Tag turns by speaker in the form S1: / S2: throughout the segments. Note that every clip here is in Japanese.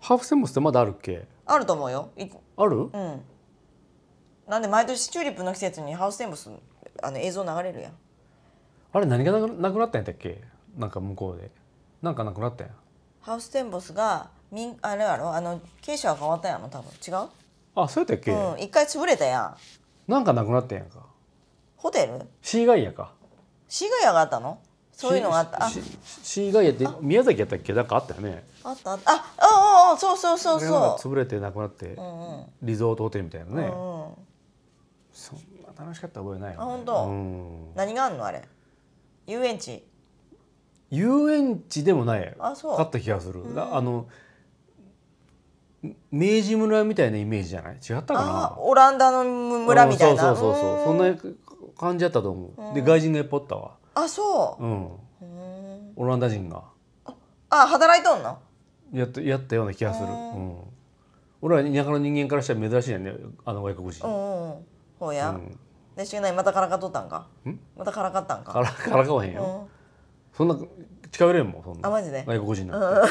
S1: ハーフセンボスってまだあるっけ
S2: あると思うよい
S1: ある
S2: うんなんで毎年チューリップの季節にハウステンボスあの映像流れるやん
S1: あれ何がなくなくなったんやったっけなんか向こうでなんかなくなったんや
S2: ハウステンボスが民あれやろあの経営者が変わったんやろ多分違う
S1: あそうやったっけ、
S2: うん一回潰れたやん
S1: なんかなくなったんやんか
S2: ホテル
S1: シーガイアか
S2: シーガイアがあったのそういうのがあったあ
S1: シシーガイアって宮崎やったっけなんかあったよね
S2: あったあったああああそうそうそう
S1: あれなんか
S2: そ
S1: 潰れてなくなって、
S2: ううんうん
S1: リゾートホテルみたいなね、
S2: うん
S1: そんな楽しかった覚えないよ、ね、
S2: あ本当
S1: うん
S2: 何があんのあれ遊園地
S1: 遊園地でもない
S2: あそう
S1: かった気がする、なあの明治村みたいなイメージじゃない違ったか
S2: あ
S1: な
S2: ーオランダの村みたいな
S1: うんそうそうそうそうそん
S2: うーん
S1: な感じやったと思う、で外人がいっぱいおったわ
S2: あそう
S1: うん
S2: うーん
S1: オランダ人が
S2: あ働いとんの
S1: やったやったような気がする、うん、俺は田舎の人間からしたら珍しいよねあの外国人、
S2: うんうんうんほうや、
S1: うん
S2: でしゅうないまたからかっとったんかまたからかったんか
S1: からからかわへんよ、そんな近寄れんもんそんな
S2: あマジで
S1: 外国人なんて、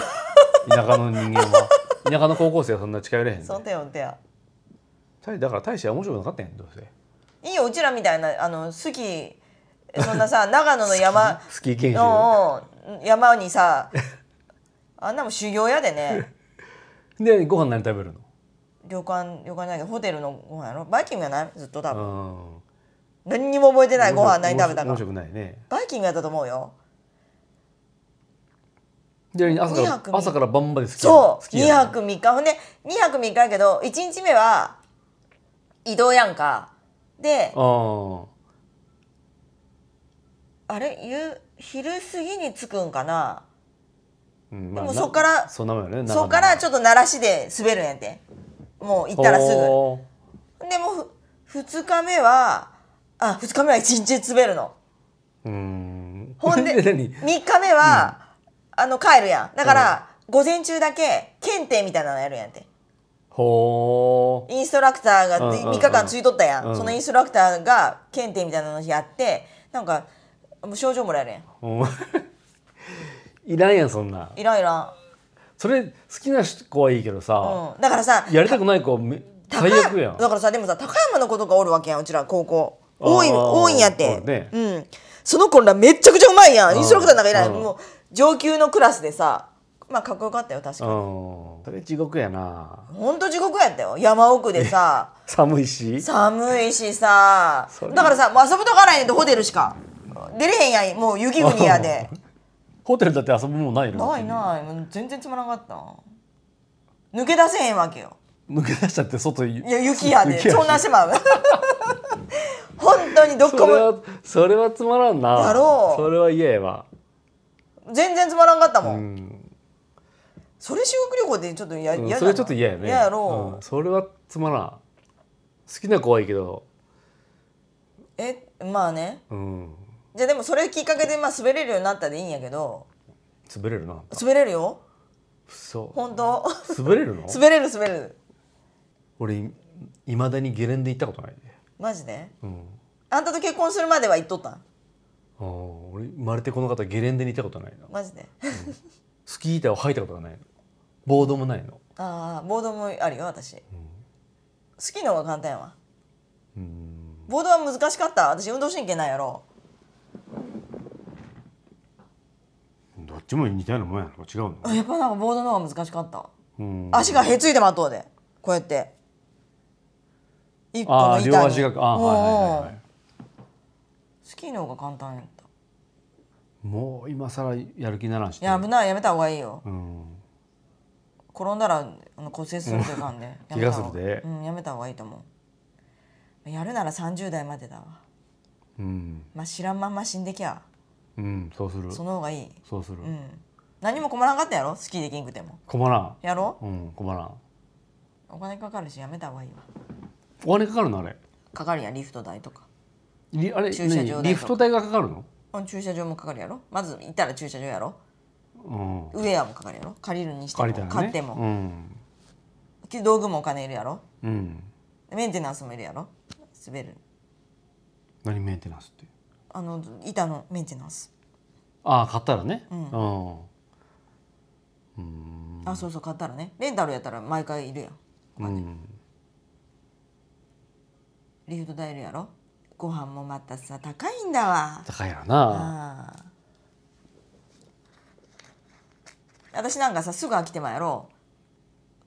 S1: 田舎の人間は 田舎の高校生はそんな近寄れへんで
S2: そんてよんてや
S1: 大だから大して面白くなかったんやんどうせ
S2: いいようちらみたいなあの好きそんなさ 長野の山
S1: スキー研修
S2: うんうん山にさあんなもん修行やでね
S1: でご飯何食べる
S2: 旅館旅館じゃないけどホテルのご飯やろバイキングやないずっと多分
S1: の
S2: 何にも覚えて
S1: う
S2: なんいご飯何食べた
S1: 面
S2: か
S1: 白くないね
S2: バイキングやったと思うよ
S1: で朝
S2: 二
S1: か
S2: 泊
S1: ら朝から晩まで好き
S2: そう2
S1: やな
S2: 泊3日ほんで2泊3日やけど1日目は移動やんかで
S1: あ
S2: あれ夕昼過ぎに着くんかな
S1: あ、うん
S2: でもそっから
S1: そんなもんやね
S2: そっからちょっと鳴らしで滑るんやってもう行ったらすぐ
S1: ぐ
S2: でもふ2日目はあ2日目は1日で滑るの
S1: うん
S2: ほんで
S1: 何
S2: 3日目は、あの帰るやんだから、午前中だけ検定みたいなのやるんやんて
S1: ほ
S2: インストラクターが
S1: うんうんうん
S2: 3日間ついとったやん、
S1: うん
S2: そのインストラクターが検定みたいなのやってなんかもう症状もらえるやん
S1: ーうん いらんやんそんない
S2: らんいら
S1: それ好きな子はいいけどさ、
S2: ん、うん、だからさ
S1: やりたくない子め
S2: 高
S1: 最
S2: 山
S1: 悪やん
S2: だからさでもさ高山の子とかおるわけやんうちら高校
S1: あー
S2: 多い多いんやっ
S1: そ
S2: て
S1: うね
S2: うん、その子らめっちゃくちゃうまいや
S1: うん
S2: んインストラクターなんかいない
S1: うん
S2: もう上級のクラスでさまあかっこよかったよ確かに
S1: うんそれ地獄やな
S2: ほんと地獄やったよ山奥で さ
S1: 寒いし
S2: 寒いしさ
S1: それ
S2: だからさもう遊ぶとかないねんとホテルしか出れへんやんもう雪国やで
S1: ホテルだって遊ぶもん ないの
S2: ないないもう全然つまらなかった抜け出せへんわけよ
S1: 抜け出したって外い
S2: いや雪やで
S1: 雪や
S2: そんなしまう 本当にどっ
S1: そ
S2: こ
S1: れ
S2: も
S1: はそれはつまらんな
S2: やろう
S1: それは嫌やわ
S2: 全然つまらんかったもん、
S1: うん
S2: それ修学旅行でちょっとや
S1: うん
S2: 嫌だな
S1: それちょっと嫌やね
S2: 嫌やろ
S1: うんそれはつまらん好きな子はいいけど
S2: う、えまあね
S1: うん
S2: じゃあでもそれきっかけでまあ滑れるようになったでいいんやけど
S1: 滑れるな
S2: 滑れるよ
S1: そ
S2: 本当
S1: う滑れるの
S2: 滑れる滑れる
S1: 俺いまだにゲレンデ行ったことないね
S2: マジで
S1: うん
S2: あんたと結婚するまでは行っとったん
S1: あー俺生まれてこの方ゲレンデに行ったことないな
S2: マジで
S1: スキー板を履いたことがないのボードもないの
S2: ああボードもあるよ私、スキーの方が簡単やわ
S1: うん
S2: ボードは難しかった私運動神経ないやろ
S1: どっちも似たようなもんやの違うの
S2: あやっぱなんかボードの方が難しかった
S1: うん
S2: 足がへついてまっとうでこうやって一個
S1: あ
S2: の
S1: あ
S2: 板に
S1: 両足があーはいはいはい
S2: うん
S1: は
S2: うん
S1: い
S2: スキーの方が簡単やった
S1: もう今更やる気ならんし
S2: いや危ないやめた方がいいよ
S1: うん
S2: 転んだらあの骨折するというか んで
S1: うん
S2: やめた方
S1: 怪
S2: が
S1: 我するで
S2: うんやめた方がいいと思うやるなら30代までだわ
S1: うん
S2: まあ知らんまんま死んできゃ
S1: うんそうする
S2: その方がいい
S1: そうする
S2: うん何も困らんかったやろスキーできんくても
S1: 困らん
S2: やろ
S1: うん困らん
S2: お金かかるしやめた方がいいわ
S1: お金かかるのあれ
S2: かかるやんリフト代とか
S1: りあれ
S2: 駐車場代とか
S1: 何リフト代がかかるの
S2: うん駐車場もかかるやろまず行ったら駐車場やろ
S1: うん
S2: ウェアもかかるやろ借りるにしても
S1: 借りたらね
S2: 買っても、
S1: うん
S2: 道具もお金いるやろ
S1: うん
S2: メンテナンスもいるやろ滑る
S1: 何メンテナンスって
S2: あの板のメンテナンス
S1: ああ買ったらねうん
S2: あそうそう買ったらねレンタルやったら毎回いるやん
S1: うん
S2: リフト代いるやろご飯もまたさ高いんだわ
S1: 高いやろな
S2: ああ私なんかさすぐ飽きてまうやろ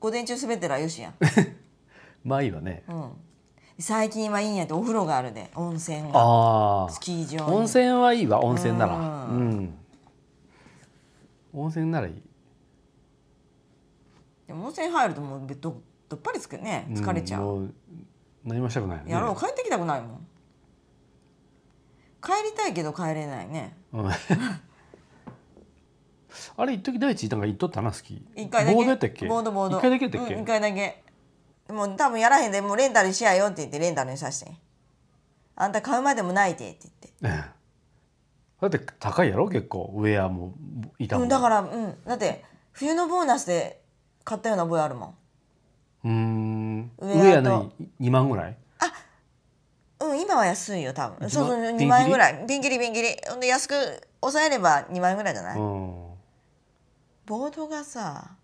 S2: 午前中滑ってらよしやん
S1: まあいいわね、
S2: 最近はいいんやってお風呂があるで温泉が
S1: ああ
S2: スキー場に
S1: 温泉はいいわ温泉ならうん温泉ならいい
S2: でも温泉入るともうどどっぱりつくね疲れちゃう、
S1: んもう何もしたくないよね
S2: やろう帰ってきたくないもん帰りたいけど帰れないね
S1: うんあれ一時大地なんか行っとったな好き
S2: 一回だけ
S1: ボードやったっけ
S2: ボードボード
S1: 一回だけやったっけ、
S2: うん、一回だけもう多分やらへんでもうレンタルしやよって言ってレンタルにさしてあんた買うまでもないでって言って
S1: だって高いやろ結構ウェアも板も、
S2: うん、だからうんだって冬のボーナスで買ったような覚えあるもん
S1: うーんウ
S2: ウェ
S1: ェ
S2: ア
S1: ア
S2: と
S1: 何2万ぐらい
S2: うん今は安いよ多分
S1: 一
S2: そう
S1: 万
S2: そ
S1: ピン
S2: う
S1: キリ
S2: 2万円ぐらいピンキリピンキリほんで安く抑えれば2万円ぐらいじゃない、
S1: うん
S2: ボードがさ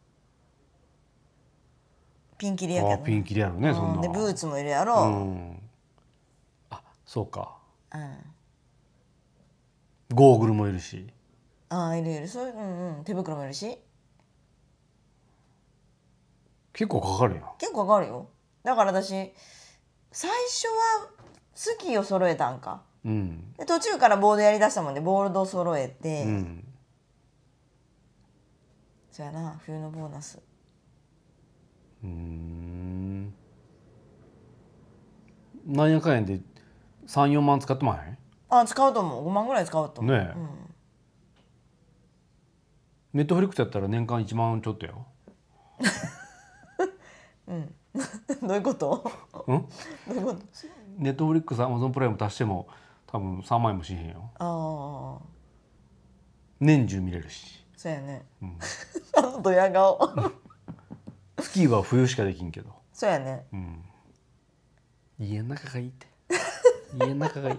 S2: ピンキリや
S1: あ
S2: け
S1: あ
S2: ど
S1: ピンキリやろねそん
S2: うん
S1: な
S2: でブーツもいるや
S1: う
S2: ろ、
S1: んあそうか
S2: うん
S1: ゴーグルもいるし
S2: ああいるいるそういう、うんうん、手袋もいるし
S1: 結構かかるよ
S2: 結構かかるよだから私最初はスキーを揃えたんか
S1: うん
S2: で途中からボードやりだしたもんでボード揃えて、
S1: うん
S2: そうやな冬のボーナス
S1: うーんなんやかんやで34万使ってまへん
S2: あ使うと思う5万ぐらい使うと思う、
S1: ねえネットフリックスやったら年間1万ちょっとよ
S2: うん、 どういうこと
S1: うん
S2: どういうこと
S1: ネットフリックスアマゾンプライム足しても多分3万円もしへんよ
S2: ああ
S1: 年中見れるし
S2: そうやね、 あのドヤ顔
S1: スキーは冬しかできんけど
S2: そうやね
S1: 家の中がいいって家の中が いい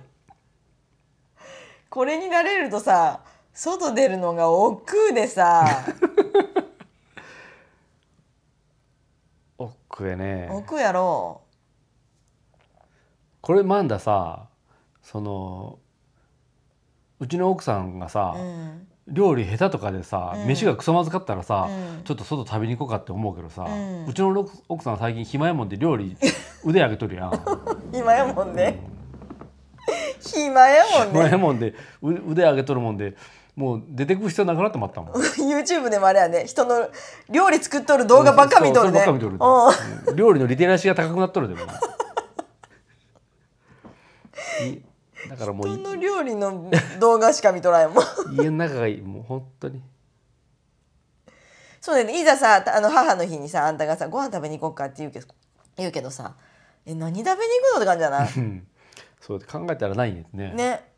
S2: これになれるとさ外出るのが億劫でさ
S1: 奥へね
S2: 億劫やろ
S1: これマンダさそのうちの奥さんがさ、
S2: うん
S1: 料理下手とかでさ、飯がクソまずかったらさ、
S2: うん
S1: ちょっと外食べに行こうかって思うけどさ、
S2: ん
S1: うちの奥さん最近暇やもんで料 理腕上げとるや ん。
S2: 暇やもんね暇やもん
S1: こ
S2: ね
S1: れもんでう腕上げとるもんでもう出てく必要なくなってまったもん
S2: YouTube でもあれやね人の料理作っとる動画ばっか見とるね
S1: そうそればっ
S2: うん
S1: か見とるでうん料理のリテラシーが高くなっとる でもういだからもう
S2: 人
S1: い
S2: の料理の動画しか見とらんも ん
S1: 家の中がいいもう本当に
S2: そうだよねいざさあの母の日にさあんたがさご飯食べに行こうかって言うけど言うけどさえ何食べに行くのって感じじゃない
S1: うんそうやって考えたらないんですね
S2: ね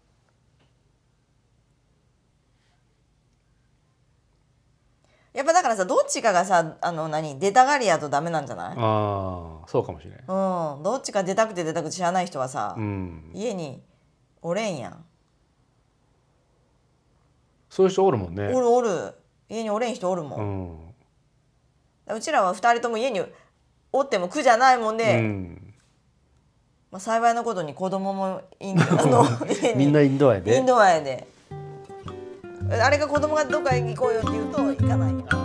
S2: やっぱだからさどっちかがさあの何出たがりやとダメなんじゃない
S1: ああそうかもしれん
S2: うんどっちか出たくて出たくて知らない人はさ、
S1: うん
S2: 家におれんやん
S1: そういう人おるもん
S2: お
S1: ね
S2: るおる家におれん人おるもん
S1: う、ん、
S2: うちらは2人とも家におっても苦じゃないもん
S1: う
S2: で、
S1: ん、
S2: まあ、幸いなことに子供もイ ンあの家に
S1: みんなインドアや
S2: イ
S1: で
S2: ンドアやであれが子供がどっか行こうよって言うと行かないやん